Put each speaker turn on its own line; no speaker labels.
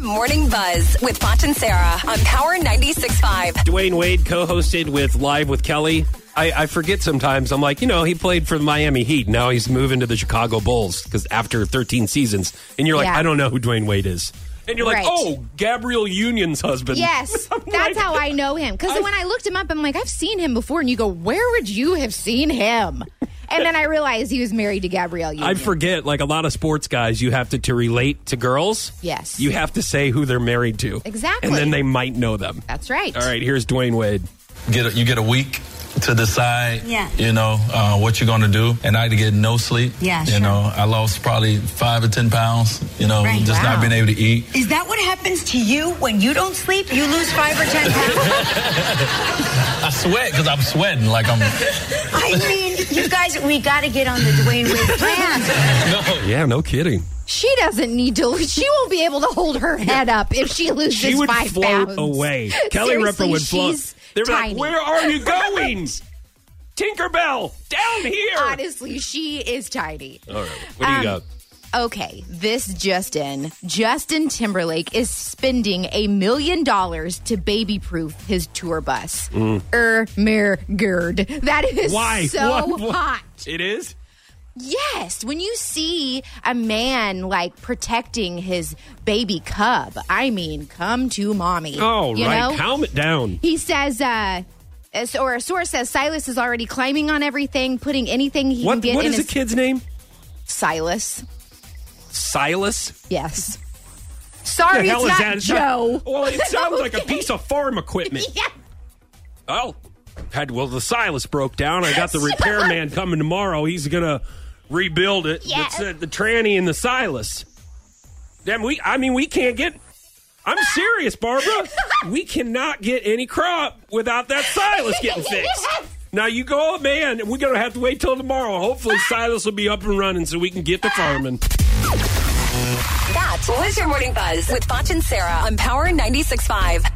Morning Buzz with Foch and Sarah on Power 96.5.
Dwayne Wade co-hosted with Live with Kelly. I, I forget sometimes. I'm like, you know, he played for the Miami Heat. Now he's moving to the Chicago Bulls because after 13 seasons, and you're like,
Yeah.
I don't know who Dwayne Wade is, and you're like,
Right.
oh, Gabrielle Union's husband.
Yes,
I'm like-
that's how I know him. Because
I-
when I looked him up, I'm like, I've seen him before. And you go, where would you have seen him? And then I realized he was married to Gabrielle Union.
I forget, like a lot of sports guys, you have to to relate to girls.
Yes.
you have to say who they're married to,
Exactly.
and then they might know them.
That's right.
All right, here's Dwayne Wade.
get a, you get a week to decide
Yeah.
you know uh, what you're going to do and i had to get no sleep
Yeah,
you
sure.
know i lost probably five or ten pounds you know
Right.
just
Wow.
not being able to eat
Is that what happens to you when you don't sleep? You lose five or ten pounds?
i sweat because i'm sweating like i'm
I mean, you guys, we got to get on the Dwayne Wade plan.
Yeah, no kidding.
She doesn't need to. She won't be able to hold her head up if she loses
she would
five
float
pounds.
away. Kelly
Seriously,
Ripa would float.
she's
They're
tiny.
like, "Where are you going, Tinkerbell? Down here!"
Honestly, she is tiny.
All right, what do you
Um,
got?
Okay, this Justin. Justin Timberlake is spending a million dollars to baby proof his tour bus. Er, mer, gird. That is
Mm. Why?
so
What- what-
hot.
It is.
Yes, when you see a man like protecting his baby cub, I mean, come to mommy.
All right,
you know?
calm it down.
He says, uh, as- or a source says Silas is already climbing on everything, putting anything he can
What
get
What
in
is the
his
kid's name?
Silas.
Silas.
Yes.
The
Sorry,
hell
it's
is
not
that? It's
Joe.
not- well, it sounds like a
Okay.
piece of farm equipment.
Yeah.
Oh, had well the Silas broke down. I got the repairman coming tomorrow. He's gonna rebuild it.
Yeah.
It's, uh, the tranny and the Silas. Damn, we. I mean, we can't get. I'm serious, Barbara. we cannot get any crop without that Silas getting fixed.
Yes.
Now you go, up, man. and We're gonna have to wait till tomorrow. Hopefully, Silas will be up and running so we can get to farming.
That was your Morning Buzz with Foch and Sarah on Power 96.5.